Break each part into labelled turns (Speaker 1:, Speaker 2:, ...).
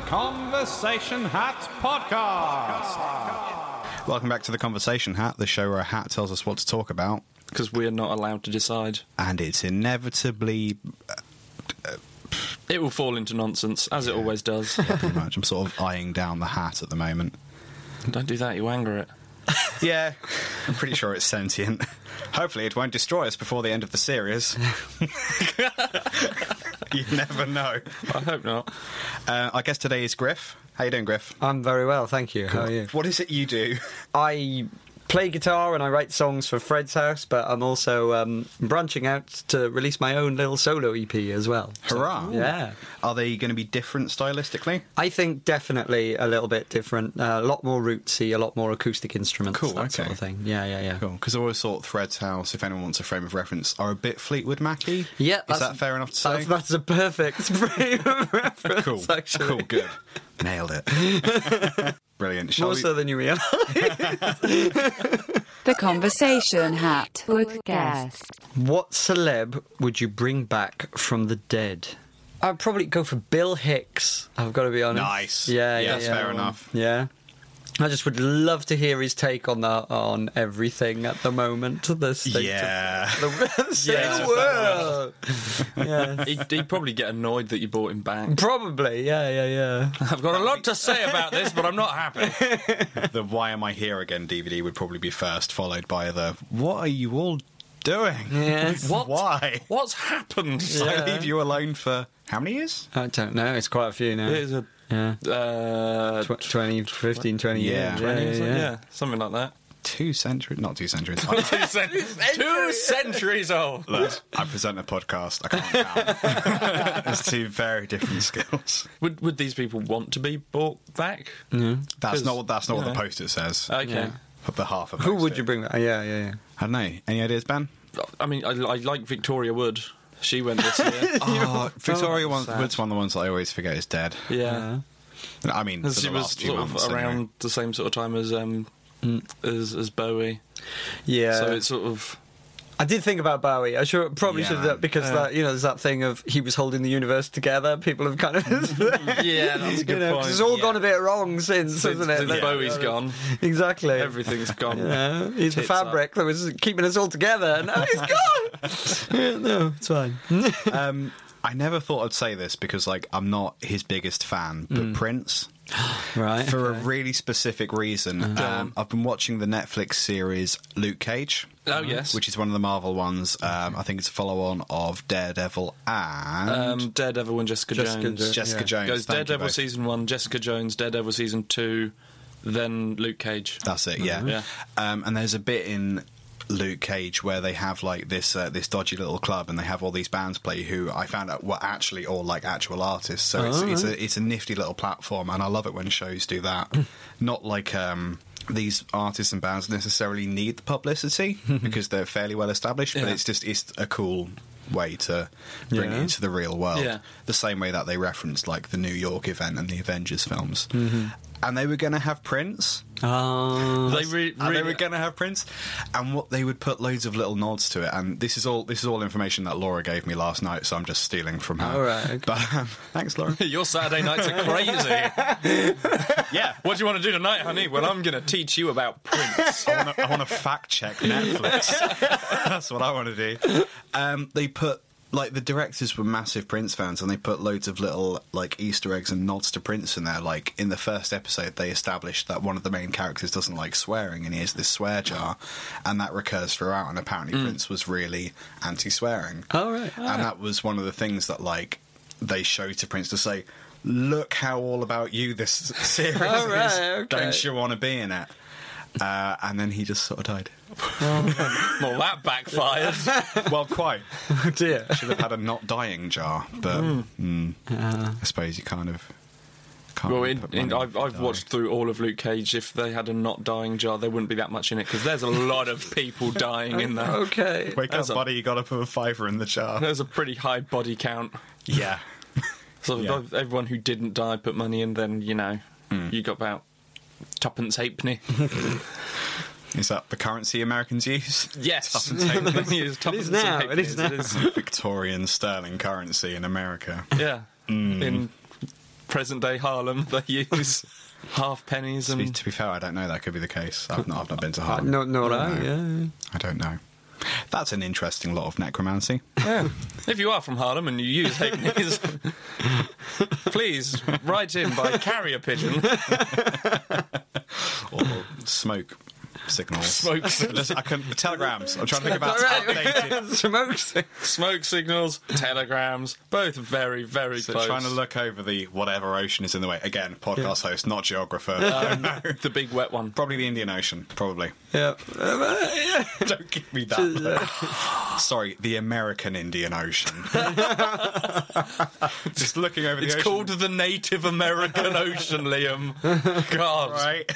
Speaker 1: Conversation Hat Podcast.
Speaker 2: Welcome back to the Conversation Hat, the show where a hat tells us what to talk about,
Speaker 3: Because we're not allowed to decide.
Speaker 2: and it's inevitably
Speaker 3: It will fall into nonsense, as it always does.
Speaker 2: pretty much. I'm sort of eyeing down the hat at the moment.
Speaker 3: Don't do that, you anger it.
Speaker 2: Yeah, I'm pretty sure it's sentient. Hopefully, it won't destroy us before the end of the series. you never know.
Speaker 3: I hope not.
Speaker 2: Uh, I guess today is Griff. How you doing, Griff?
Speaker 4: I'm very well, thank you. How are you?
Speaker 2: What is it you do?
Speaker 4: I play guitar and I write songs for Fred's house, but I'm also um, branching out to release my own little solo EP as well. So,
Speaker 2: Hurrah!
Speaker 4: yeah.
Speaker 2: Are they going to be different stylistically?
Speaker 4: I think definitely a little bit different, uh, a lot more rootsy, a lot more acoustic instruments,
Speaker 2: Cool,
Speaker 4: that sort
Speaker 2: okay.
Speaker 4: of thing. Yeah, yeah, yeah.
Speaker 2: Cool, because I always thought Threads House, if anyone wants a frame of reference, are a bit Fleetwood Mackie.
Speaker 4: Yeah,
Speaker 2: is
Speaker 4: that's-
Speaker 2: that fair enough to say?
Speaker 4: That's, that's a perfect frame of reference,
Speaker 2: cool.
Speaker 4: actually.
Speaker 2: Cool, good. Nailed it. Brilliant. Shall
Speaker 4: More
Speaker 2: we,
Speaker 4: so than you realise.
Speaker 5: The Conversation Hat Podcast.
Speaker 4: What celeb would you bring back from the dead? I'd probably go for Bill Hicks. I've got to be honest.
Speaker 2: Nice.
Speaker 4: Yeah,
Speaker 2: Yeah,
Speaker 4: yeah,
Speaker 2: that's
Speaker 4: yeah.
Speaker 2: fair enough.
Speaker 4: Yeah. I just would love to hear his take on that on everything at the moment. The state
Speaker 2: yeah.
Speaker 4: of the state
Speaker 3: Yeah.
Speaker 4: of the world. yeah.
Speaker 3: He'd, he'd probably get annoyed that you bought him back.
Speaker 4: Probably. Yeah, yeah, yeah.
Speaker 3: I've got a lot to say about this, but I'm not happy.
Speaker 2: The Why Am I Here Again DVD would probably be first, followed by the What are you all doing?
Speaker 4: Yes.
Speaker 3: What?
Speaker 2: Why?
Speaker 3: What's happened?
Speaker 2: I leave you alone for how many years?
Speaker 4: I don't know. It's quite a few now.
Speaker 3: It is a.
Speaker 4: Yeah.
Speaker 3: Uh,
Speaker 4: Tw- 20, 15, 20
Speaker 2: Yeah.
Speaker 4: years.
Speaker 3: 20, is it? yeah. something like that.
Speaker 2: Two centuries? Not two centuries. I,
Speaker 3: Two, cen- two centuries old.
Speaker 2: look, I present a podcast. I can't count. There's two very different skills.
Speaker 3: Would, would these people want to be bought back?
Speaker 2: That's
Speaker 3: 'Cause,
Speaker 2: not what that's not what the
Speaker 3: you know.
Speaker 2: poster says.
Speaker 4: Uh,
Speaker 3: Okay.
Speaker 2: But the half of
Speaker 4: Who would you bring back? Yeah, yeah, yeah.
Speaker 2: I don't know. Any ideas, Ben?
Speaker 3: I mean, I, I like Victoria Wood. She went this year.
Speaker 2: Oh, Victoria one,
Speaker 3: sad.
Speaker 2: Wood's one of the ones that I always forget is dead.
Speaker 3: yeah.
Speaker 2: I mean, for
Speaker 3: she
Speaker 2: the
Speaker 3: was
Speaker 2: last few
Speaker 3: sort
Speaker 2: months,
Speaker 3: of
Speaker 2: anyway.
Speaker 3: around the same sort of time as um, as, as Bowie.
Speaker 4: Hmm. Yeah.
Speaker 3: so it's sort of
Speaker 4: I did think about Bowie. I sure probably
Speaker 2: Yeah,
Speaker 4: should have
Speaker 2: man.
Speaker 4: that because
Speaker 3: Yeah.
Speaker 4: that you know there's that thing of he was holding the universe together. People have kind of
Speaker 3: yeah, that's a
Speaker 4: you know 'cause it's all gone a bit wrong since,
Speaker 3: Since,
Speaker 4: hasn't it?
Speaker 3: since
Speaker 4: Like,
Speaker 3: Bowie's gone,
Speaker 4: Exactly.
Speaker 3: everything's gone.
Speaker 4: Yeah, he's the
Speaker 3: Tits up.
Speaker 4: fabric that was keeping us all together. Now he's gone. Yeah, no, it's fine.
Speaker 2: Um, I never thought I'd say this because, like, I'm not his biggest fan, but
Speaker 3: Mm.
Speaker 2: Prince,
Speaker 4: Right.
Speaker 2: for a really specific
Speaker 3: Uh-huh.
Speaker 2: reason. Um, I've been watching the Netflix series Luke Cage.
Speaker 3: Oh, yes.
Speaker 2: which is one of the Marvel ones. Um, I think it's a follow-on of Daredevil and
Speaker 3: Um, Daredevil and Jessica,
Speaker 4: Jessica
Speaker 3: Jones.
Speaker 4: Jo-
Speaker 2: Jessica
Speaker 4: yeah.
Speaker 2: Jones.
Speaker 3: goes
Speaker 2: Thank you
Speaker 3: Daredevil
Speaker 2: both.
Speaker 3: season one, Jessica Jones, Daredevil season two, then Luke Cage.
Speaker 2: That's it, yeah.
Speaker 3: Yeah.
Speaker 2: Um, and there's a bit in Luke Cage where they have like this uh, this dodgy little club, and they have all these bands play who I found out were actually all like actual artists. So it's, it's a it's a nifty little platform, and I love it when shows do that. Not like. Um, these artists and bands necessarily need the publicity because they're fairly well established, but
Speaker 3: Yeah.
Speaker 2: it's just it's a cool way to bring it
Speaker 4: Yeah.
Speaker 2: into the real world.
Speaker 3: Yeah.
Speaker 2: The same way that they referenced like the New York event and the Avengers films,
Speaker 3: Mm-hmm.
Speaker 2: and they were going to have Prince,
Speaker 4: Oh,
Speaker 3: They re-
Speaker 2: and they
Speaker 3: really-
Speaker 2: were going to have Prince, and what they would put loads of little nods to it. And this is all this is all information that Laura gave me last night, so I'm just stealing from her.
Speaker 4: All right, okay.
Speaker 2: but um, thanks, Laura.
Speaker 3: Your Saturday nights are crazy.
Speaker 2: yeah,
Speaker 3: what do you want to do tonight, honey? Well, I'm going to teach you about Prince.
Speaker 2: I want to I wanna fact check Netflix. That's what I want to do. Um, they put like the directors were massive Prince fans, and they put loads of little like Easter eggs and nods to Prince in there. Like in the first episode, they established that one of the main characters doesn't like swearing, and he has this swear jar, and that recurs throughout. And apparently, Prince was really anti-swearing.
Speaker 4: all right.
Speaker 2: And that was one of the things that like they show to Prince to say, "Look how all about you this series
Speaker 4: All right,
Speaker 2: is.
Speaker 4: okay.
Speaker 2: Don't you want to be in it?" Uh, and then he just sort of died.
Speaker 3: well, that backfired.
Speaker 2: Well, quite.
Speaker 4: Oh dear.
Speaker 2: Should have had a not dying jar, but mm, I suppose you kind of. Can't
Speaker 3: Well,
Speaker 2: really
Speaker 3: in,
Speaker 2: put
Speaker 3: in,
Speaker 2: money
Speaker 3: I've, I've
Speaker 2: down.
Speaker 3: watched through all of Luke Cage. If they had a not dying jar, there wouldn't be that much in it because there's a lot of people dying in there.
Speaker 4: Okay.
Speaker 2: Wake up,
Speaker 3: That's a-
Speaker 2: buddy! You got to put a fiver in the jar.
Speaker 3: There's a pretty high body count.
Speaker 2: yeah,
Speaker 3: So
Speaker 2: Yeah.
Speaker 3: if everyone who didn't die put money in, then you know you got about tuppence halfpenny.
Speaker 2: is that the currency Americans use?
Speaker 3: yes,
Speaker 2: Tuppence halfpenny.
Speaker 3: It is tuppence and
Speaker 4: now, it is
Speaker 3: halfpennies,
Speaker 2: Victorian sterling currency in America.
Speaker 3: yeah, in present day Harlem, they use half pennies
Speaker 2: To be,
Speaker 3: and
Speaker 2: to be fair, I don't know. That could be the case. I've not, I've not been to Harlem.
Speaker 4: No, no,
Speaker 2: know.
Speaker 4: right? Yeah.
Speaker 2: I don't know. That's an interesting lot of necromancy.
Speaker 3: If you are from Harlem and you use halfpennies, please write in by carrier pigeon.
Speaker 2: or smoke signals.
Speaker 3: Smoke signals.
Speaker 2: Listen, I can telegrams. I'm trying to think about updated.
Speaker 4: Right. Smokes.
Speaker 3: Smoke signals, telegrams, both very, very
Speaker 2: So
Speaker 3: close.
Speaker 2: trying to look over the whatever ocean is in the way. Again, podcast host, not geographer.
Speaker 3: the big wet one.
Speaker 2: probably the Indian Ocean. Probably.
Speaker 4: Yeah. Uh, yeah.
Speaker 2: Don't give me that. Sorry, the American Indian Ocean. Just looking over
Speaker 3: It's
Speaker 2: the ocean.
Speaker 3: called the Native American Ocean, Liam. God.
Speaker 2: right?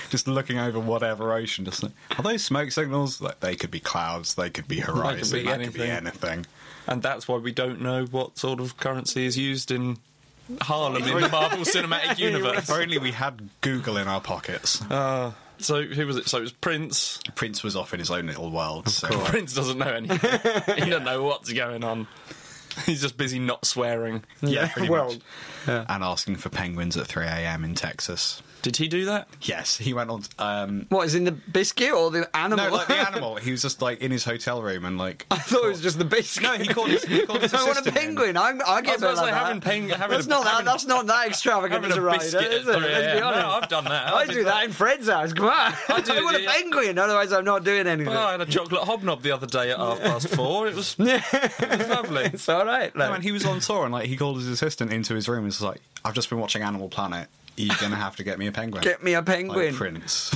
Speaker 2: just looking over whatever ocean. Just like, are those smoke signals? Like they could be clouds. They could be horizon.
Speaker 3: be
Speaker 2: That could be anything.
Speaker 3: And that's why we don't know what sort of currency is used in Harlem in the Marvel Cinematic Universe.
Speaker 2: If only we had Google in our pockets.
Speaker 3: So who was it? So it was Prince.
Speaker 2: Prince was off in his own little world. So
Speaker 3: Prince doesn't know anything. he doesn't know what's going on. He's just busy not swearing.
Speaker 2: yeah, pretty
Speaker 4: well,
Speaker 2: much. and asking for penguins at 3 a.m. in Texas.
Speaker 3: Did he do that?
Speaker 2: Yes, he went on. Um,
Speaker 4: What is in the biscuit or the animal?
Speaker 2: no, like the animal. He was just like in his hotel room and like.
Speaker 4: I thought it was just the biscuit.
Speaker 2: No, he called his. He called his
Speaker 4: I want a
Speaker 2: assistant in.
Speaker 4: penguin. I'm, I
Speaker 3: I was about
Speaker 4: get that.
Speaker 3: to say,
Speaker 4: Like
Speaker 3: having
Speaker 4: that.
Speaker 3: penguin, having
Speaker 4: That's
Speaker 3: a,
Speaker 4: not that.
Speaker 3: having-
Speaker 4: That's not that extravagant
Speaker 3: having
Speaker 4: as
Speaker 3: a
Speaker 4: a rider, is
Speaker 3: biscuit at
Speaker 4: it?
Speaker 3: 3
Speaker 4: Let's be
Speaker 3: a.m. No,
Speaker 4: honest.
Speaker 3: I've done that.
Speaker 4: I
Speaker 3: I've
Speaker 4: do
Speaker 3: been-
Speaker 4: that in Fred's house. Come on. I,
Speaker 3: do,
Speaker 4: want a
Speaker 3: yeah.
Speaker 4: penguin, otherwise I'm not doing anything.
Speaker 3: Well, I had a chocolate hobnob the other day at half past four. It was, it was lovely.
Speaker 4: it's all right.
Speaker 2: No,
Speaker 4: Like,
Speaker 2: and he was on tour and like he called his assistant into his room and was like, "I've just been watching Animal Planet. You're gonna have to get me a penguin.
Speaker 4: Get me a penguin.
Speaker 2: like Prince.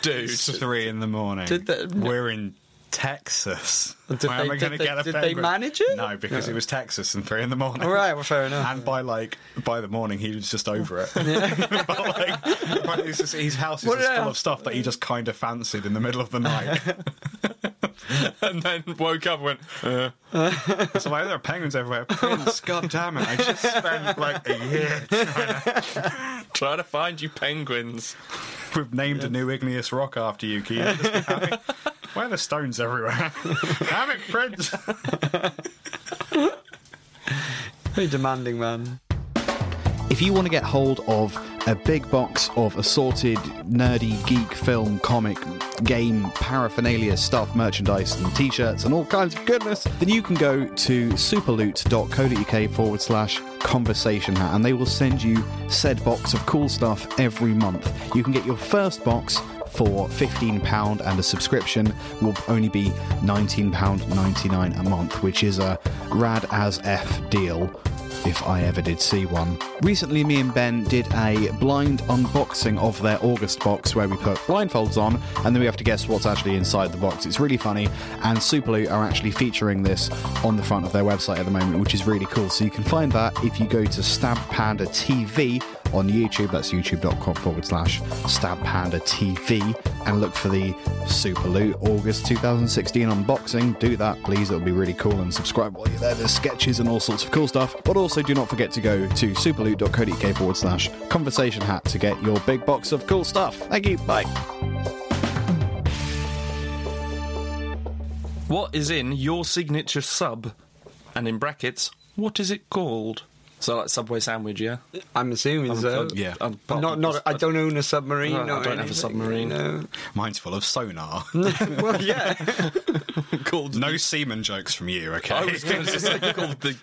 Speaker 3: Dude.
Speaker 2: it's three in the morning.
Speaker 4: Did they-
Speaker 2: We're in Texas.
Speaker 4: Did
Speaker 2: Why am
Speaker 4: they-
Speaker 2: I gonna
Speaker 4: did they-
Speaker 2: get a
Speaker 4: did they
Speaker 2: penguin?
Speaker 4: manage it?
Speaker 2: No, because it was Texas and three in the morning.
Speaker 4: all right, well, fair enough.
Speaker 2: And by like by the morning, he was just over it. but like, right, it's just- his house is
Speaker 4: What
Speaker 2: just
Speaker 4: did I
Speaker 2: full
Speaker 4: have-
Speaker 2: of stuff that he just kind of fancied in the middle of the night.
Speaker 3: And then woke up and went, uh,
Speaker 2: so why are "Oh, there penguins everywhere? Prince, god damn it! I just spent like a year
Speaker 3: try to find you penguins.
Speaker 2: We've named a new igneous rock after you, Keith. Why are the stones everywhere? Damn it, Prince!
Speaker 4: Very demanding man.
Speaker 1: If you want to get hold of a big box of assorted nerdy geek film, comic, game, paraphernalia, stuff, merchandise, and t shirts, and all kinds of goodness, then you can go to superloot.co.uk forward slash conversation hat and they will send you said box of cool stuff every month. You can get your first box for £15 and a subscription will only be £19.99 a month, which is a rad as F deal if I ever did see one. Recently, me and Ben did a blind unboxing of their August box where we put blindfolds on and then we have to guess what's actually inside the box. It's really funny, and Superloot are actually featuring this on the front of their website at the moment, which is really cool. So you can find that if you go to Stab Panda TV on YouTube. That's youtube.com forward slash Stab Panda TV and look for the Super Loot August 2016 unboxing. Do that, please. It'll be really cool. And subscribe while you're there. There's sketches and all sorts of cool stuff. But also, do not forget to go to superloot.co.uk forward slash conversation hat to get your big box of cool stuff. Thank you. Bye.
Speaker 3: What is in your signature sub? And in brackets, what is it called? So like Subway sandwich, yeah?
Speaker 4: I'm assuming so.
Speaker 2: yeah.
Speaker 3: I'm
Speaker 4: But not, not. I don't own a submarine.
Speaker 3: No, I don't
Speaker 4: or
Speaker 3: have a
Speaker 4: anything,
Speaker 3: submarine.
Speaker 4: No.
Speaker 2: Mine's full of sonar.
Speaker 4: well, yeah.
Speaker 3: called
Speaker 2: No semen jokes from you, okay?
Speaker 3: I was going to say called the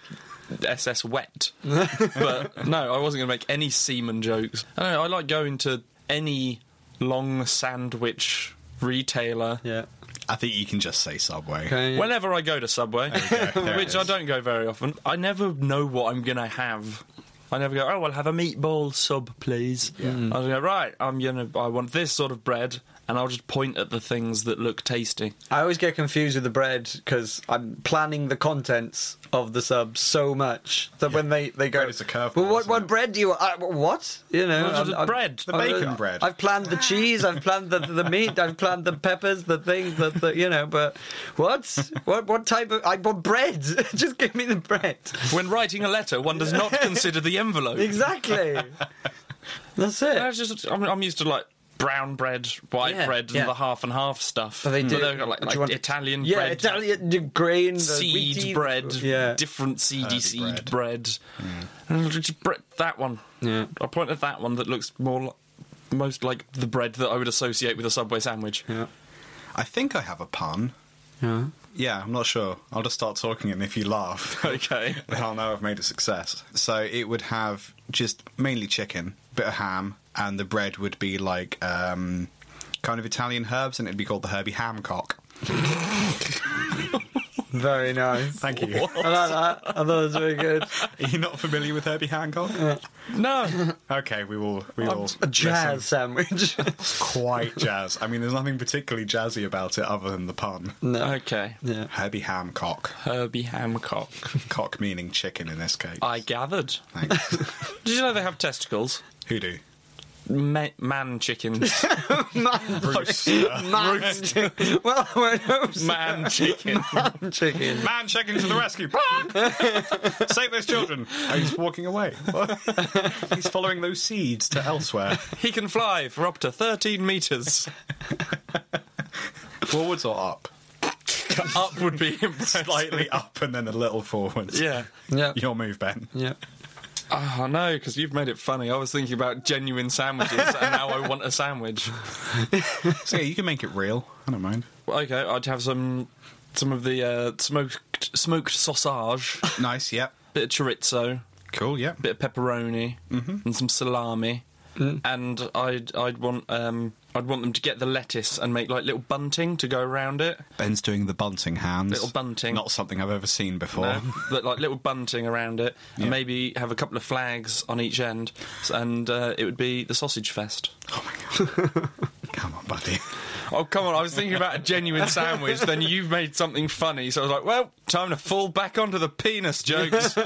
Speaker 3: SS Wet, but no, I wasn't going to make any semen jokes. I don't know. I like going to any long sandwich retailer.
Speaker 4: Yeah.
Speaker 2: I think you can just say Subway.
Speaker 4: Okay.
Speaker 3: Whenever I go to Subway,
Speaker 2: There you go. There
Speaker 3: which
Speaker 2: it
Speaker 3: I
Speaker 2: is.
Speaker 3: don't go very often, I never know what I'm going to have. I never go. Oh, I'll have a meatball sub, please. I go right. I'm gonna. I want this sort of bread, and I'll just point at the things that look tasty.
Speaker 4: I always get confused with the bread because I'm planning the contents of the sub so much that when they, they go,
Speaker 2: Bread is a curveball,
Speaker 4: Well, what,
Speaker 2: isn't
Speaker 4: what
Speaker 2: it?"
Speaker 4: bread do you want? I, what you know? uh,
Speaker 3: Well, the bread, the
Speaker 2: bacon bread.
Speaker 4: I've planned the cheese. I've planned the, the meat. I've planned the peppers. The things that the, you know. But what what what type of? I want bread. Just give me the bread.
Speaker 3: When writing a letter, one does not consider the envelope.
Speaker 4: Exactly. That's it.
Speaker 3: I was just, I'm, I'm used to like brown bread, white
Speaker 4: Yeah,
Speaker 3: bread,
Speaker 4: yeah.
Speaker 3: and the half and half stuff.
Speaker 4: But they do.
Speaker 3: have got like,
Speaker 4: Do
Speaker 3: like
Speaker 4: you want-
Speaker 3: Italian
Speaker 4: yeah,
Speaker 3: bread,
Speaker 4: Italian the grain, the
Speaker 3: seed
Speaker 4: wheaty-
Speaker 3: bread,
Speaker 4: Yeah,
Speaker 3: different seedy
Speaker 2: Herby
Speaker 3: seed
Speaker 2: bread.
Speaker 3: bread. And just bre- that one.
Speaker 4: Yeah.
Speaker 3: I pointed at that one that looks more, li- most like the bread that I would associate with a Subway sandwich.
Speaker 4: yeah,
Speaker 2: I think I have a pun.
Speaker 4: yeah.
Speaker 2: Yeah, I'm not sure. I'll just start talking, and if you laugh,
Speaker 3: Okay.
Speaker 2: then I'll know I've made a success. So it would have just mainly chicken, bit of ham, and the bread would be like um, kind of Italian herbs, and it'd be called the Herbie Hamcock.
Speaker 4: Very nice.
Speaker 2: Thank you.
Speaker 4: I like that. I thought it was very good.
Speaker 2: Are you not familiar with Herbie Hancock?
Speaker 3: No,
Speaker 2: Okay, we will. We will.
Speaker 4: A
Speaker 2: listen.
Speaker 4: jazz sandwich.
Speaker 2: quite jazz. I mean, there's nothing particularly jazzy about it other than the pun.
Speaker 4: no.
Speaker 3: okay.
Speaker 4: Yeah.
Speaker 2: Herbie Hamcock.
Speaker 3: Herbie Hancock.
Speaker 2: Cock meaning chicken in this case.
Speaker 3: I gathered.
Speaker 2: Thanks.
Speaker 3: Did you know they have testicles?
Speaker 2: Hoodoo.
Speaker 3: Ma- man chickens.
Speaker 2: Bruce. uh,
Speaker 4: Man, well, we're no
Speaker 3: man chicken.
Speaker 4: man chicken.
Speaker 2: Man chicken to the rescue. Save those children. Oh, he's walking away. he's following those seeds to elsewhere.
Speaker 3: He can fly for up to 13 metres.
Speaker 2: Forwards or up?
Speaker 3: up would be impressive.
Speaker 2: Slightly up and then a little forwards.
Speaker 3: Yeah.
Speaker 4: Yeah.
Speaker 2: Your move, Ben.
Speaker 4: Yeah.
Speaker 3: Oh, no, because you've made it funny. I was thinking about genuine sandwiches, and now I want a sandwich.
Speaker 2: So yeah, you can make it real. I don't mind.
Speaker 3: Well, Okay, I'd have some some of the uh, smoked smoked sausage,
Speaker 2: Nice, yep.
Speaker 3: bit of chorizo,
Speaker 2: Cool, yep.
Speaker 3: bit of pepperoni, and some salami. And I'd I'd want um I'd want them to get the lettuce and make like little bunting to go around it,
Speaker 2: Ben's doing the bunting hands.
Speaker 3: Little bunting.
Speaker 2: Not something I've ever seen before.
Speaker 3: um, that- like little bunting around it, and
Speaker 2: Yeah.
Speaker 3: maybe have a couple of flags on each end, s- and uh, it would be the sausage fest.
Speaker 2: Oh Come on, buddy.
Speaker 3: Oh come on! I was thinking about a genuine sandwich. Then you've made something funny, so I was like, "Well, time to fall back onto the penis jokes."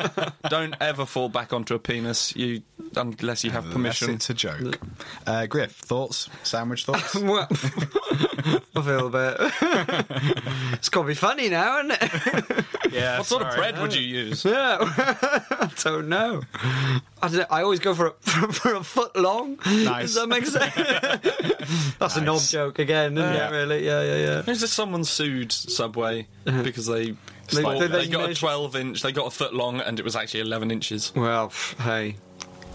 Speaker 3: Don't ever fall back onto a penis, you unless you have permission.
Speaker 2: Unless it's a joke. Uh, Griff, thoughts? Sandwich thoughts?
Speaker 4: Well, I feel a bit. it's got to be funny now, isn't it?
Speaker 2: yeah.
Speaker 3: What sort of bread would you use?
Speaker 4: Yeah. I don't know. I, don't know. I always go for a, for, a foot long.
Speaker 2: Nice.
Speaker 4: Does that make sense? That's a knob
Speaker 2: Nice.
Speaker 4: joke again, isn't
Speaker 2: Yeah.
Speaker 4: it, really? Yeah, yeah, yeah.
Speaker 3: Is it someone sued Subway because they
Speaker 4: They-
Speaker 3: bought-
Speaker 4: they-
Speaker 3: they,
Speaker 4: they
Speaker 3: got a
Speaker 4: measured-
Speaker 3: twelve inch, they got a foot long, and it was actually eleven inches.
Speaker 4: Well, pff, hey.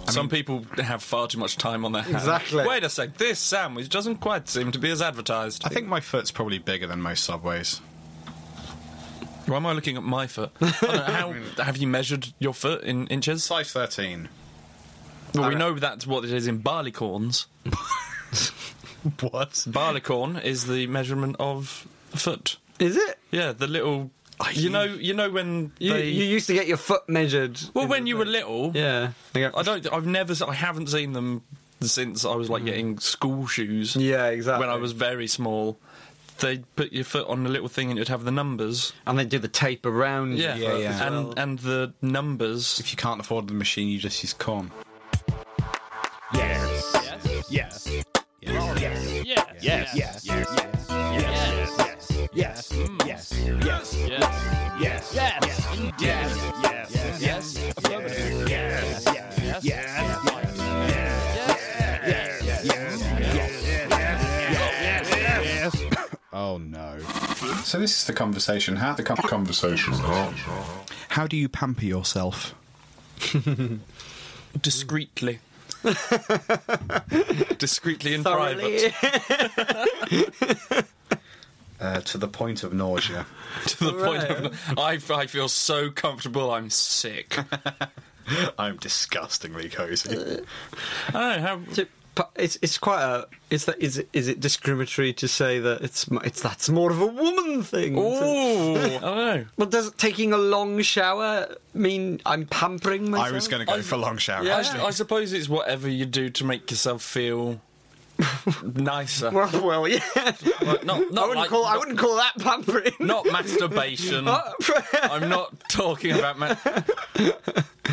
Speaker 3: Some people have far too much time on their hands.
Speaker 4: Exactly.
Speaker 3: Wait a sec, this sandwich doesn't quite seem to be as advertised.
Speaker 2: I think my foot's probably bigger than most subways.
Speaker 3: Why am I looking at my foot? I don't know, how have you measured your foot in inches?
Speaker 2: Size 13.
Speaker 3: Well, we know that's what it is in barleycorns.
Speaker 2: What?
Speaker 3: Barleycorn is the measurement of foot.
Speaker 4: Is it?
Speaker 3: Yeah, the little. You know, you know when
Speaker 4: You,
Speaker 3: they.
Speaker 4: you used to get your foot measured.
Speaker 3: well,
Speaker 4: in
Speaker 3: when
Speaker 4: the-
Speaker 3: you were little,
Speaker 4: Yeah. They go-
Speaker 3: I don't. I've never. I haven't seen them since I was like getting school shoes.
Speaker 4: Yeah, exactly.
Speaker 3: When I was very small, they'd put your foot on a little thing and it'd have the numbers.
Speaker 4: And they do the tape around. your
Speaker 2: Yeah,
Speaker 4: foot
Speaker 2: yeah.
Speaker 4: as well.
Speaker 3: And and the numbers.
Speaker 2: If you can't afford the machine, you just use corn. Oh no. So this is the conversation. How the conversation? How do you pamper yourself?
Speaker 3: discreetly. discreetly in private.
Speaker 4: Thoroughly.
Speaker 2: Uh, to the point of nausea.
Speaker 3: to the point
Speaker 4: Right.
Speaker 3: of I, I feel so comfortable I'm sick.
Speaker 2: I'm disgustingly cozy.
Speaker 3: I don't know how
Speaker 4: Is it- but It's it's quite a is that is it, is it discriminatory to say that it's m- it's that's more of a woman thing. To,
Speaker 3: Ooh, I don't know.
Speaker 4: well, does taking a long shower mean I'm pampering myself?
Speaker 2: I was going to go for long shower.
Speaker 3: I,
Speaker 2: actually.
Speaker 3: I suppose it's whatever you do to make yourself feel nicer.
Speaker 4: Well, well, yeah.
Speaker 3: Like, not
Speaker 4: I
Speaker 3: not
Speaker 4: wouldn't
Speaker 3: like,
Speaker 4: call I
Speaker 3: not,
Speaker 4: wouldn't call that pampering.
Speaker 3: not masturbation. I'm not talking about ma-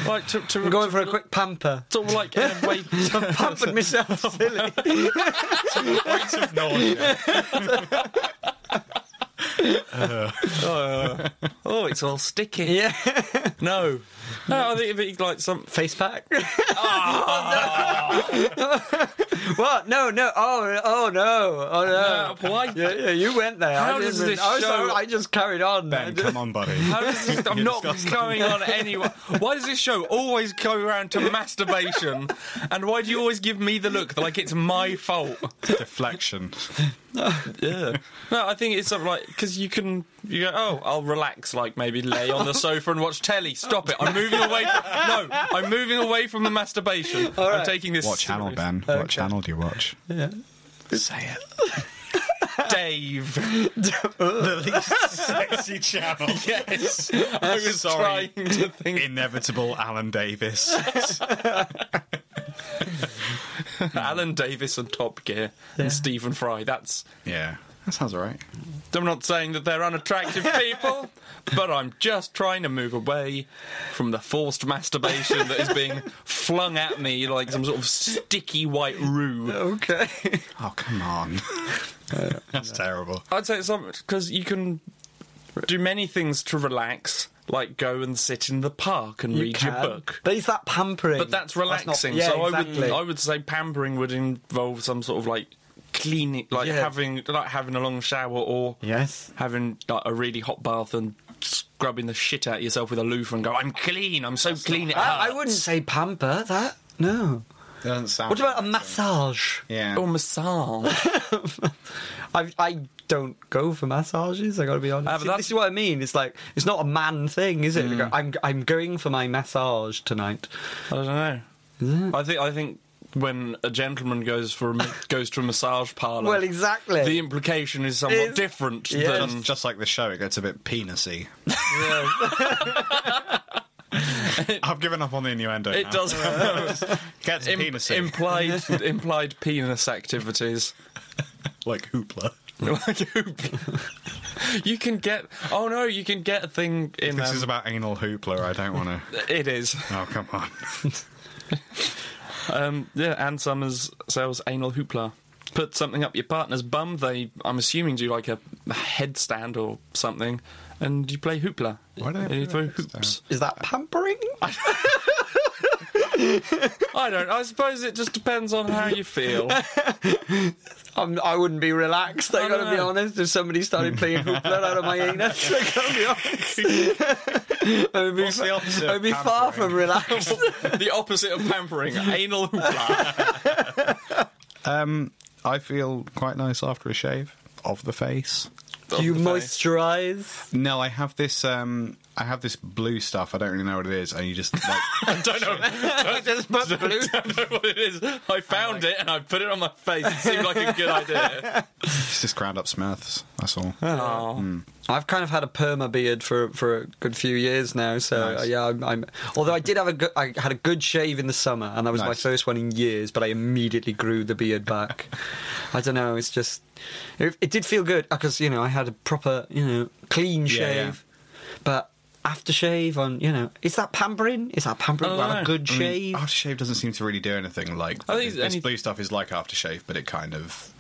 Speaker 3: like to, to
Speaker 4: I'm going for a quick pamper.
Speaker 3: Sort of like uh, in a way,
Speaker 4: I've pampered myself silly.
Speaker 2: of nausea.
Speaker 3: oh, it's all sticky.
Speaker 4: Yeah.
Speaker 3: No, no, I think if it's like some
Speaker 4: Face pack. What? No, no. Oh, oh no. Oh no.
Speaker 3: No, why-
Speaker 4: Yeah, yeah, you went there.
Speaker 3: How
Speaker 4: I didn't
Speaker 3: does
Speaker 4: really-
Speaker 3: this
Speaker 4: I, was-
Speaker 3: show-
Speaker 4: I just carried on.
Speaker 2: Ben, come on, buddy.
Speaker 3: How does this, I'm not going on anyway. Why does this show always go around to masturbation? And why do you always give me the look like it's my fault?
Speaker 2: Deflection.
Speaker 3: Yeah. No, I think it's something like because you can you go oh I'll relax like maybe lay on the sofa and watch telly. Stop it! I'm moving away. From, no, I'm moving away from the masturbation. I'm
Speaker 4: right.
Speaker 3: taking this.
Speaker 2: What channel, Ben?
Speaker 3: serious.
Speaker 2: What channel do you watch? Say it.
Speaker 3: Dave.
Speaker 2: The least sexy channel.
Speaker 3: Yes. I was
Speaker 2: Sorry.
Speaker 3: trying to think.
Speaker 2: Inevitable Alan Davis.
Speaker 3: Alan Davis and Top Gear and Stephen Fry. That's.
Speaker 2: yeah. That sounds alright.
Speaker 3: I'm not saying that they're unattractive people, but I'm just trying to move away from the forced masturbation that is being flung at me like some sort of sticky white roux.
Speaker 4: Okay.
Speaker 2: Oh, come on. That's terrible.
Speaker 3: I'd say it's something because you can do many things to relax, like go and sit in the park and read your book.
Speaker 4: But is that pampering?
Speaker 3: But that's
Speaker 4: not-
Speaker 3: relaxing.
Speaker 4: yeah,
Speaker 3: so
Speaker 4: exactly.
Speaker 3: I would I would say pampering would involve some sort of like cleaning, like
Speaker 4: Yeah.
Speaker 3: having like having a long shower or
Speaker 4: Yes.
Speaker 3: having like, a really hot bath and scrubbing the shit out of yourself with a loofah and go, I'm clean. I'm so clean. It
Speaker 4: I, I
Speaker 3: hurts."
Speaker 4: wouldn't say pamper that. No.
Speaker 2: Doesn't sound.
Speaker 4: What about a massage?
Speaker 2: Yeah.
Speaker 3: or massage.
Speaker 4: I I don't go for massages. I got to be honest.
Speaker 3: Ah, but that's- Hmm.
Speaker 4: this is what I mean. It's like it's not a man thing, is it? I'm I'm going for my massage tonight.
Speaker 3: I don't know. I think I think when a gentleman goes for a, ma- goes to a massage parlour,
Speaker 4: Well, exactly.
Speaker 3: The implication is somewhat
Speaker 4: Is-
Speaker 3: different
Speaker 4: Yeah.
Speaker 3: than
Speaker 2: Just, just like the show, it gets a bit penisy. I've given up on the innuendo.
Speaker 3: it
Speaker 2: now.
Speaker 3: does.
Speaker 2: Gets
Speaker 3: Im-
Speaker 2: penisy.
Speaker 3: implied implied penis activities.
Speaker 2: like hoopla.
Speaker 3: you can get. Oh no, you can get a thing in.
Speaker 2: This
Speaker 3: um,
Speaker 2: is about anal hoopla. I don't want to.
Speaker 3: it is.
Speaker 2: Oh, come on.
Speaker 3: Um, yeah, Ann Summers sells anal hoopla. Put something up your partner's bum. They, I'm assuming, do like a headstand or something, and you play hoopla.
Speaker 2: Why do they
Speaker 3: And
Speaker 2: play
Speaker 3: you
Speaker 2: a
Speaker 3: throw
Speaker 2: headstand?
Speaker 3: hoops?
Speaker 4: Is that pampering?
Speaker 3: I don't. I suppose it just depends on how you feel.
Speaker 4: I'm, I wouldn't be relaxed. I,
Speaker 3: I
Speaker 4: gotta
Speaker 3: don't
Speaker 4: be
Speaker 3: know.
Speaker 4: honest. If somebody started playing hoopla out of my anus, I gotta be honest. I would be,
Speaker 2: What's the opposite of
Speaker 4: I would be far from relaxed.
Speaker 3: the opposite of pampering, anal hoopla.
Speaker 2: Um, I feel quite nice after a shave of the face.
Speaker 4: Do you moisturise?
Speaker 2: No, I have this. Um, I have this blue stuff. I don't really know what it is, and you just like.
Speaker 3: don't know. Don't,
Speaker 4: Just put blue.
Speaker 3: don't know what it is. I found it and I put it on my face. It seemed like a good idea.
Speaker 2: it's just ground up Smurfs. That's all.
Speaker 3: Oh.
Speaker 2: Hmm.
Speaker 4: I've kind of had a perma beard for for a good few years now, so uh, yeah. I'm, I'm. Although I did have a good, I had a good shave in the summer, and that was my
Speaker 2: Nice.
Speaker 4: first one in years. But I immediately grew the beard back. I don't know. It's just, it, it did feel good because you know I had a proper you know clean
Speaker 2: Yeah,
Speaker 4: shave,
Speaker 2: yeah.
Speaker 4: but after shave on you know is that pampering? Is that pampering?
Speaker 3: I
Speaker 4: to have
Speaker 3: dunno.
Speaker 4: a good shave.
Speaker 2: Aftershave doesn't seem to really do anything. Like
Speaker 3: I think
Speaker 2: this
Speaker 3: any-
Speaker 2: blue stuff is like aftershave, but it kind of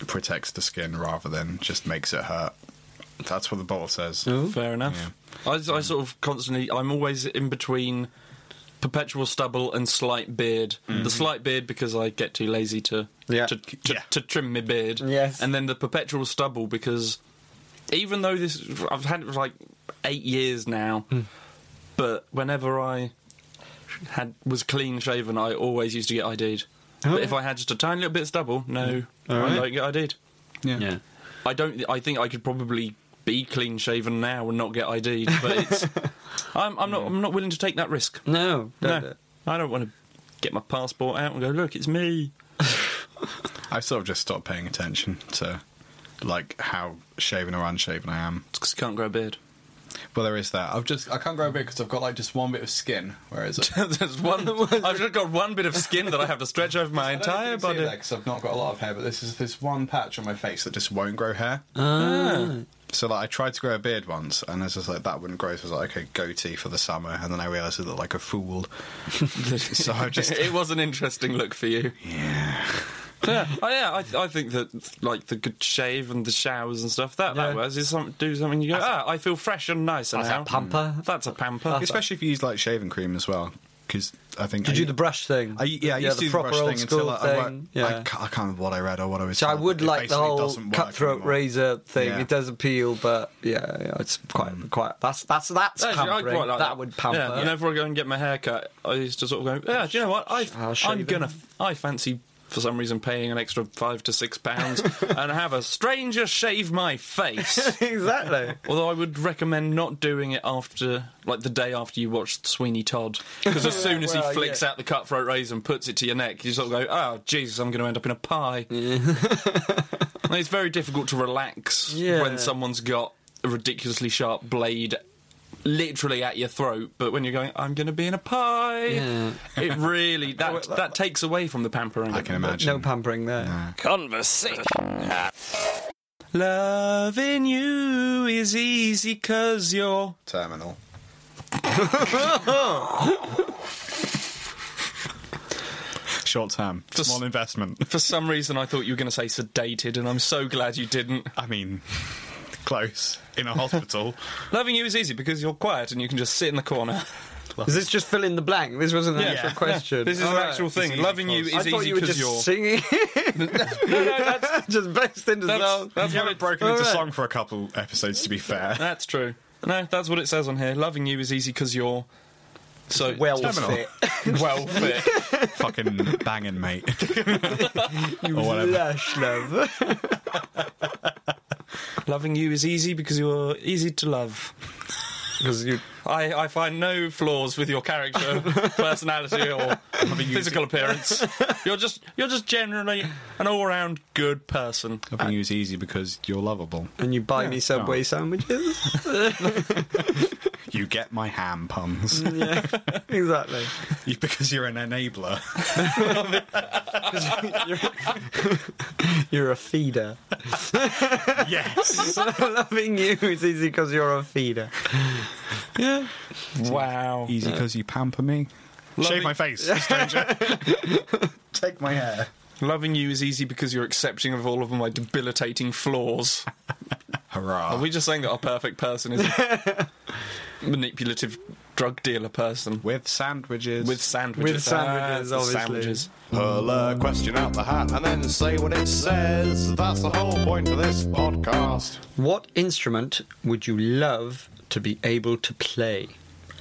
Speaker 2: protects the skin rather than just makes it hurt. That's what the bottle says.
Speaker 3: Fair enough. I, I sort of constantly, I'm always in between perpetual stubble and slight beard. The slight beard because I get too lazy to
Speaker 4: Yeah.
Speaker 3: to, to,
Speaker 2: Yeah.
Speaker 3: to trim my beard.
Speaker 4: Yes.
Speaker 3: And then the perpetual stubble because even though this, I've had it for like eight years now,
Speaker 4: Hmm.
Speaker 3: but whenever I had was clean shaven, I always used to get ID'd.
Speaker 4: Oh.
Speaker 3: But if I had just a tiny little bit of stubble, no, I don't get ID'd.
Speaker 2: Yeah.
Speaker 3: I don't. I think I could probably be clean shaven now and not get ID'd, but it's, I'm, I'm not. I'm not willing to take that risk.
Speaker 4: No,
Speaker 3: No,
Speaker 4: don't do it.
Speaker 3: I don't want to get my passport out and go. Look, it's me.
Speaker 2: I sort of just stopped paying attention to like how shaven or unshaven I am.
Speaker 3: It's 'cause I can't grow a beard.
Speaker 2: Well, there is that. I've just I can't grow a beard because I've got like just one bit of skin. Where is it?
Speaker 3: There's one. I've just got one bit of skin that I have to stretch over my entire body.
Speaker 2: because I've not got a lot of hair, but this is this one patch on my face that just won't grow hair.
Speaker 4: Ah.
Speaker 2: So like I tried to grow a beard once, and I was just like that wouldn't grow. So I was like, okay, goatee for the summer, and then I realised I looked like a fool. so I just
Speaker 3: it was an interesting look for you.
Speaker 2: yeah.
Speaker 3: yeah, oh, yeah. I, th- I think that like the good shave and the showers and stuff that that was is some, do something. You go, ah, I feel fresh and nicer
Speaker 4: That's a
Speaker 3: now.
Speaker 4: pamper.
Speaker 3: That's a pamper.
Speaker 2: Especially if you use like shaving cream as well. because I think
Speaker 4: Did
Speaker 2: I,
Speaker 4: you do the brush thing?
Speaker 2: I, yeah, I
Speaker 4: yeah,
Speaker 2: used to do
Speaker 4: the
Speaker 2: the
Speaker 4: proper
Speaker 2: brush
Speaker 4: old
Speaker 2: thing until
Speaker 4: school
Speaker 2: I, I,
Speaker 4: thing,
Speaker 2: I,
Speaker 4: yeah.
Speaker 2: ca- I, can't remember what I read or what I was.
Speaker 4: So I
Speaker 2: told,
Speaker 4: would
Speaker 2: but it
Speaker 4: like the
Speaker 2: basically
Speaker 4: whole
Speaker 2: doesn't work
Speaker 4: cutthroat
Speaker 2: anymore.
Speaker 4: razor thing.
Speaker 2: Yeah. Mm.
Speaker 4: It does appeal, but yeah, yeah, it's quite quite. That's that's that's
Speaker 3: Actually, I
Speaker 4: pampering.
Speaker 3: quite like
Speaker 4: that would pamper.
Speaker 3: Yeah, whenever I go and get my hair cut, I used to sort of go, yeah, do you know what? I,
Speaker 4: I'll shave
Speaker 3: I'm
Speaker 4: it.
Speaker 3: gonna, I fancy for some reason paying an extra five to six pounds and have a stranger shave my face.
Speaker 4: exactly.
Speaker 3: Although I would recommend not doing it after, like the day after you watched Sweeney Todd, because as soon as
Speaker 4: well,
Speaker 3: he flicks
Speaker 4: yeah.
Speaker 3: out the cutthroat razor and puts it to your neck, you sort of go, "Oh Jesus, I'm going to end up in a pie." And it's very difficult to relax
Speaker 4: Yeah.
Speaker 3: when someone's got a ridiculously sharp blade literally at your throat, but when you're going, "I'm going to be in a pie,"
Speaker 4: Yeah.
Speaker 3: it really that that takes away from the pampering.
Speaker 2: I can imagine.
Speaker 4: No pampering there.
Speaker 6: Conversation.
Speaker 3: Loving you is easy because you're.
Speaker 2: Terminal. Short term,
Speaker 3: Just-
Speaker 2: small investment.
Speaker 3: For some reason, I thought you were going to say sedated, and I'm so glad you didn't.
Speaker 2: I mean, close in a hospital.
Speaker 3: Loving you is easy because you're quiet and you can just sit in the corner.
Speaker 4: Is this just fill in the blank? This wasn't an actual question.
Speaker 3: This is an
Speaker 4: All right.
Speaker 3: actual thing.
Speaker 2: easy
Speaker 3: Loving you
Speaker 2: because-
Speaker 4: I
Speaker 3: is
Speaker 4: thought
Speaker 3: easy
Speaker 4: you were
Speaker 3: because
Speaker 4: just
Speaker 3: you are
Speaker 4: singing,
Speaker 3: No, no, that's,
Speaker 4: just based into
Speaker 3: that's,
Speaker 4: the
Speaker 2: you
Speaker 3: that's what
Speaker 2: haven't
Speaker 3: it,
Speaker 2: broken into
Speaker 4: Alright.
Speaker 2: song for a couple episodes, to be fair.
Speaker 3: That's true. No, that's what it says on here. Loving you is easy because you're. So
Speaker 4: well
Speaker 2: Terminal.
Speaker 4: fit.
Speaker 3: well fit.
Speaker 2: Fucking banging, mate.
Speaker 4: You
Speaker 2: Or whatever.
Speaker 4: lush love.
Speaker 3: Loving you is easy because you're easy to love.
Speaker 4: Because you
Speaker 3: I, I find no flaws with your character, personality, or physical appearance. You're just you're just generally an all-round good person.
Speaker 2: Loving you is easy because you're lovable.
Speaker 4: and you buy me Subway
Speaker 2: no.
Speaker 4: sandwiches.
Speaker 2: You get my ham puns.
Speaker 4: exactly.
Speaker 2: You- because you're an enabler.
Speaker 4: You're a feeder.
Speaker 2: yes.
Speaker 4: Loving you is easy because you're a feeder.
Speaker 3: Wow.
Speaker 2: Easy because you pamper me. Shave
Speaker 3: Loving-
Speaker 2: my face, stranger. Take my hair.
Speaker 3: Loving you is easy because you're accepting of all of my debilitating flaws.
Speaker 2: Hurrah.
Speaker 3: Are we just saying that our perfect person is a manipulative drug dealer person
Speaker 2: With sandwiches.
Speaker 3: with sandwiches?
Speaker 4: With sandwiches,
Speaker 3: Ah, it's the
Speaker 4: obviously.
Speaker 3: Sandwiches.
Speaker 1: Pull a question out the hat and then say what it says. That's the whole point of this podcast.
Speaker 4: What instrument would you love to be able to play?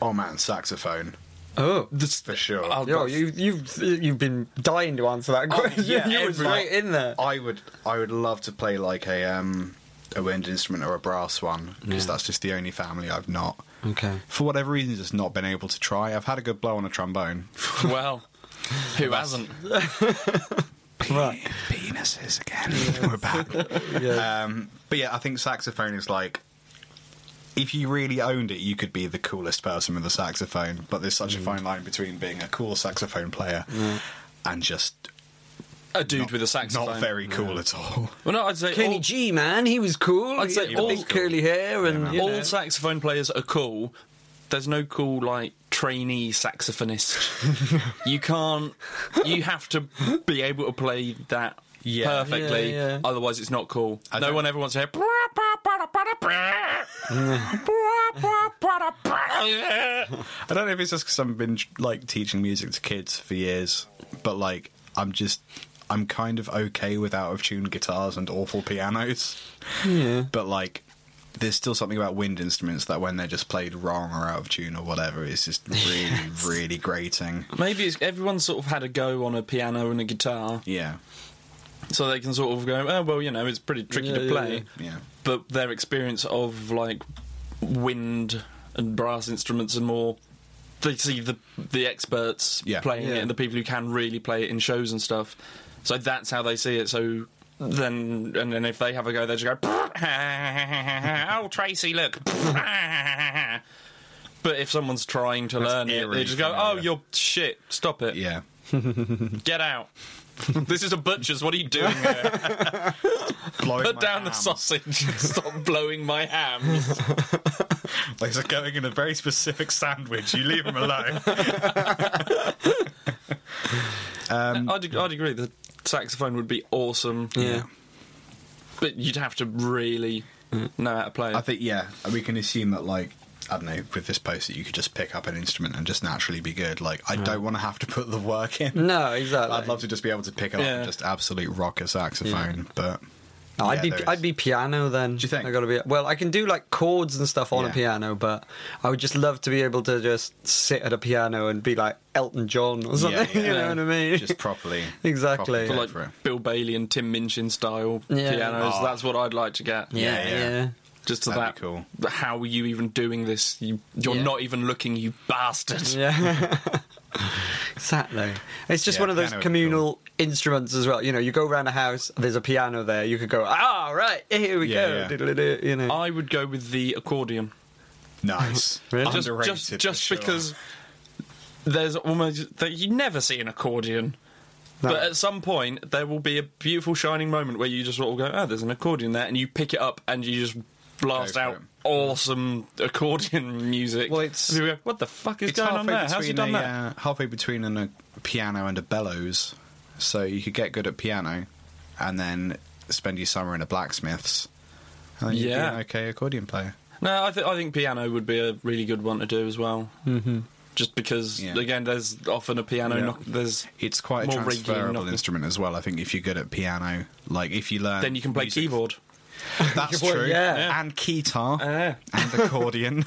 Speaker 2: Oh man, saxophone.
Speaker 4: Oh.
Speaker 2: For sure.
Speaker 3: I'll-
Speaker 4: Yo, you, you've you've been dying to answer that question.
Speaker 2: Oh, yeah,
Speaker 4: you was
Speaker 2: everyone.
Speaker 4: right in there.
Speaker 2: I would I would love to play like a um a wind instrument or a brass one because that's just the only family I've not
Speaker 4: Okay.
Speaker 2: for whatever reason just not been able to try. I've had a good blow on a trombone.
Speaker 3: Well, who hasn't?
Speaker 4: Right.
Speaker 2: Penises again. We're back.
Speaker 4: Yeah.
Speaker 2: Um, but yeah, I think saxophone is like if you really owned it, you could be the coolest person with a saxophone. But there's
Speaker 4: Mm.
Speaker 2: such a fine line between being a cool saxophone player and just
Speaker 3: A dude with a saxophone.
Speaker 2: not very cool at all.
Speaker 3: Well, no, I'd say
Speaker 4: Kenny
Speaker 3: all,
Speaker 4: G, man, he was cool.
Speaker 3: I'd
Speaker 4: He
Speaker 3: say
Speaker 4: had
Speaker 3: all-
Speaker 4: big curly hair and
Speaker 2: man.
Speaker 4: you
Speaker 3: all
Speaker 4: know.
Speaker 3: saxophone players are cool. There's no cool like trainee saxophonist. you can't. You have to be able to play that.
Speaker 2: Yeah.
Speaker 3: Perfectly.
Speaker 4: Yeah, yeah.
Speaker 3: Otherwise, it's not cool. no
Speaker 2: don't-
Speaker 3: one ever wants to hear. I
Speaker 2: I don't know if it's just because I've been like teaching music to kids for years, but like I'm just I'm kind of okay with out of tune guitars and awful pianos. Yeah. But like, there's still something about wind instruments that when they're just played wrong or out of tune or whatever, it's just really really grating.
Speaker 3: Maybe it's, everyone's sort of had a go on a piano and a guitar,
Speaker 2: Yeah.
Speaker 3: so they can sort of go, oh well, you know, it's pretty tricky
Speaker 4: Yeah,
Speaker 3: to
Speaker 4: yeah,
Speaker 3: play.
Speaker 4: yeah.
Speaker 2: Yeah.
Speaker 3: but their experience of like wind and brass instruments and more they see the the experts
Speaker 2: Yeah.
Speaker 3: playing
Speaker 4: Yeah.
Speaker 3: it and the people who can really play it in shows and stuff so that's how they see it so then and then if they have a go they just go oh tracy look but if someone's trying to
Speaker 2: That's
Speaker 3: learn it
Speaker 2: eerily
Speaker 3: they just go oh
Speaker 2: familiar.
Speaker 3: you're shit stop it
Speaker 2: Yeah.
Speaker 3: get out this is a butcher's what are you doing there
Speaker 2: Blowing
Speaker 3: put
Speaker 2: my
Speaker 3: down the
Speaker 2: ham.
Speaker 3: sausage and stop blowing my ham
Speaker 2: Those are going in a very specific sandwich. You leave them alone.
Speaker 3: I'd, I'd agree. The saxophone would be awesome.
Speaker 4: Yeah.
Speaker 2: Mm.
Speaker 3: But you'd have to really know how to play it.
Speaker 2: I think yeah, we can assume that like I don't know, with this post that you could just pick up an instrument and just naturally be good. Like, I don't want to have to put the work in.
Speaker 4: No, exactly.
Speaker 2: I'd love to just be able to pick up
Speaker 3: Yeah.
Speaker 2: and just absolute rock a saxophone, but yeah,
Speaker 4: No, I'd be
Speaker 2: there is.
Speaker 4: I'd be piano then.
Speaker 2: Do you think?
Speaker 4: I gotta be well. I can do like chords and stuff on a
Speaker 2: Yeah.
Speaker 4: piano, but I would just love to be able to just sit at a piano and be like Elton John or something.
Speaker 2: yeah.
Speaker 4: you know
Speaker 2: Yeah.
Speaker 4: what I mean?
Speaker 2: just properly. properly
Speaker 4: Exactly.
Speaker 2: go
Speaker 4: But
Speaker 3: like
Speaker 2: for it.
Speaker 3: Bill Bailey and Tim Minchin style
Speaker 4: Yeah.
Speaker 3: pianos.
Speaker 2: Oh.
Speaker 3: That's what I'd like to get.
Speaker 4: yeah,
Speaker 2: yeah, yeah.
Speaker 4: yeah.
Speaker 3: Just to
Speaker 2: That'd
Speaker 3: that.
Speaker 2: be cool.
Speaker 3: How are you even doing this? You, you're
Speaker 4: Yeah.
Speaker 3: not even looking, you bastard.
Speaker 4: Yeah. exactly. It's just
Speaker 2: Yeah,
Speaker 4: one of those
Speaker 2: piano would be
Speaker 4: communal instruments as well. You know, you go around a house, there's a piano there, you could go, ah, right, here we
Speaker 2: Yeah, Ah,
Speaker 4: go.
Speaker 2: yeah.
Speaker 4: diddle-diddle," You know.
Speaker 3: I would go with the accordion.
Speaker 2: Nice.
Speaker 4: Really?
Speaker 3: Just,
Speaker 2: Underrated for
Speaker 3: just, just
Speaker 2: sure.
Speaker 3: because there's almost that you never see an accordion.
Speaker 4: No.
Speaker 3: But at some point, there will be a beautiful shining moment where you just sort of go, "Oh, there's an accordion there," and you pick it up and you just blast
Speaker 2: for
Speaker 3: out
Speaker 2: it.
Speaker 3: awesome accordion music.
Speaker 2: Well, it's-
Speaker 3: And people go, "What the fuck is
Speaker 2: It's
Speaker 3: going on
Speaker 2: halfway
Speaker 3: there? How's he
Speaker 2: between
Speaker 3: done
Speaker 2: a,
Speaker 3: that?"
Speaker 2: uh, halfway between an, a piano and a bellows, so you could get good at piano, and then spend your summer in a blacksmith's. And then you'd
Speaker 3: Yeah.
Speaker 2: be an okay accordion player.
Speaker 3: No, I, th- I think piano would be a really good one to do as well. Mm-hmm. Just because,
Speaker 2: Yeah.
Speaker 3: again, there's often a piano.
Speaker 2: Yeah.
Speaker 3: Knock- there's
Speaker 2: It's quite a
Speaker 3: More regular
Speaker 2: transferable
Speaker 3: knuckles.
Speaker 2: instrument as well. I think if you're good at piano, like if you learn,
Speaker 3: then you can play
Speaker 2: music-
Speaker 3: keyboard.
Speaker 2: That's
Speaker 4: Well,
Speaker 2: true.
Speaker 4: yeah. Yeah.
Speaker 2: and guitar
Speaker 3: Uh,
Speaker 2: and accordion.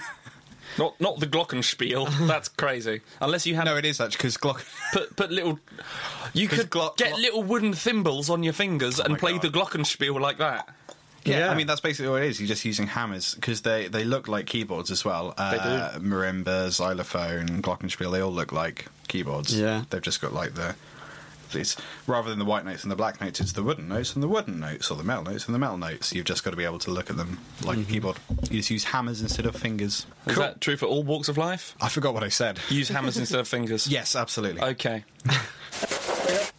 Speaker 3: not not the glockenspiel. That's crazy. Unless you had
Speaker 2: no, it is actually because Glock.
Speaker 3: put put little. You could
Speaker 2: glo-
Speaker 3: get
Speaker 2: glo- Oh
Speaker 3: little wooden thimbles on your fingers and
Speaker 2: my
Speaker 3: play
Speaker 2: God.
Speaker 3: the glockenspiel like that.
Speaker 2: Yeah,
Speaker 4: Yeah.
Speaker 2: I mean that's basically what it is. You're just using hammers because they, they look like keyboards as well. Uh, they do. Marimba, xylophone, glockenspiel. They all look like keyboards.
Speaker 4: Yeah.
Speaker 2: they've just got like the it's rather than the white notes and the black notes, it's the wooden notes and the wooden notes, or the metal notes and the metal notes. You've just got to be able to look at them like
Speaker 3: Mm-hmm.
Speaker 2: a keyboard. You just use hammers instead of fingers.
Speaker 3: Is that true for all walks of life?
Speaker 2: I forgot what I said.
Speaker 3: Use hammers instead of fingers.
Speaker 2: Yes, absolutely.
Speaker 3: Okay.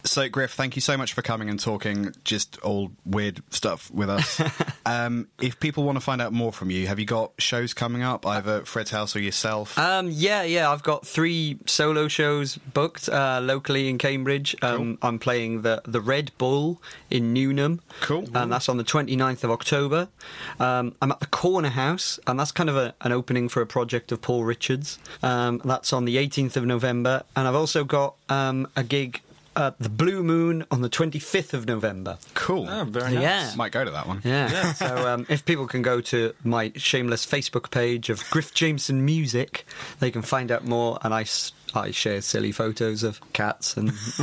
Speaker 2: So, Griff, thank you so much for coming and talking just all weird stuff with us. um, if people want to find out more from you, have you got shows coming up, either at Fred's house or yourself?
Speaker 4: Um, yeah, yeah. I've got three solo shows booked uh, locally in Cambridge. Um, I'm playing the the Red Bull in Newnham.
Speaker 2: Cool.
Speaker 4: And that's on the 29th of October. Um, I'm at the Corner House, and that's kind of a, an opening for a project of Paul Richards. Um, that's on the 18th of November. And I've also got um, a gig at the Blue Moon on the 25th of November.
Speaker 2: cool.
Speaker 3: Oh, very nice.
Speaker 4: Yeah.
Speaker 2: Might go to that one.
Speaker 4: Yeah. so um, if people can go to my shameless Facebook page of Griff Jameson Music, they can find out more. And I, s- I share silly photos of cats and.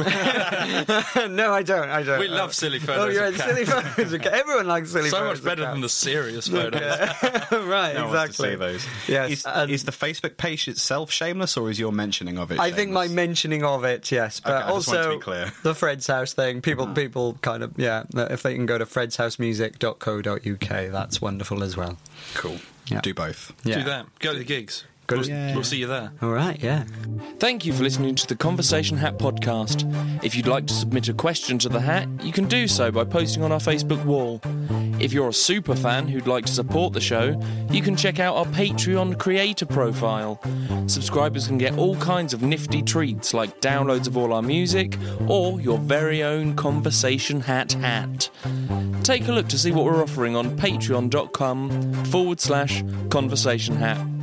Speaker 4: no, I don't. I don't.
Speaker 3: We love silly photos
Speaker 4: Oh, yeah,
Speaker 3: of cats.
Speaker 4: silly photos of cats. Everyone likes silly
Speaker 3: So
Speaker 4: photos.
Speaker 3: much better than the serious photos.
Speaker 4: the. right,
Speaker 2: No one wants to
Speaker 4: exactly.
Speaker 2: see those.
Speaker 4: Yes,
Speaker 2: Is,
Speaker 4: and-
Speaker 2: is the Facebook page itself shameless, or is your mentioning of it?
Speaker 4: I think my
Speaker 2: shameless?
Speaker 4: mentioning of it, yes, but
Speaker 2: Okay, I just
Speaker 4: also
Speaker 2: wanted to be clear.
Speaker 4: the Fred's House thing. People, people, kind of, yeah. If they can go to fredsHousemusic.co.uk, that's wonderful as well.
Speaker 2: cool.
Speaker 4: Yeah.
Speaker 2: Do both.
Speaker 4: Yeah.
Speaker 3: Do that. Go to the gigs.
Speaker 4: Go to-
Speaker 3: we'll, we'll see you there.
Speaker 4: All right, yeah.
Speaker 6: Thank you for listening to the Conversation Hat podcast. If you'd like to submit a question to the hat, you can do so by posting on our Facebook wall. If you're a super fan who'd like to support the show, you can check out our Patreon creator profile. Subscribers can get all kinds of nifty treats like downloads of all our music or your very own Conversation Hat hat. Take a look to see what we're offering on patreon.com forward slash conversation hat.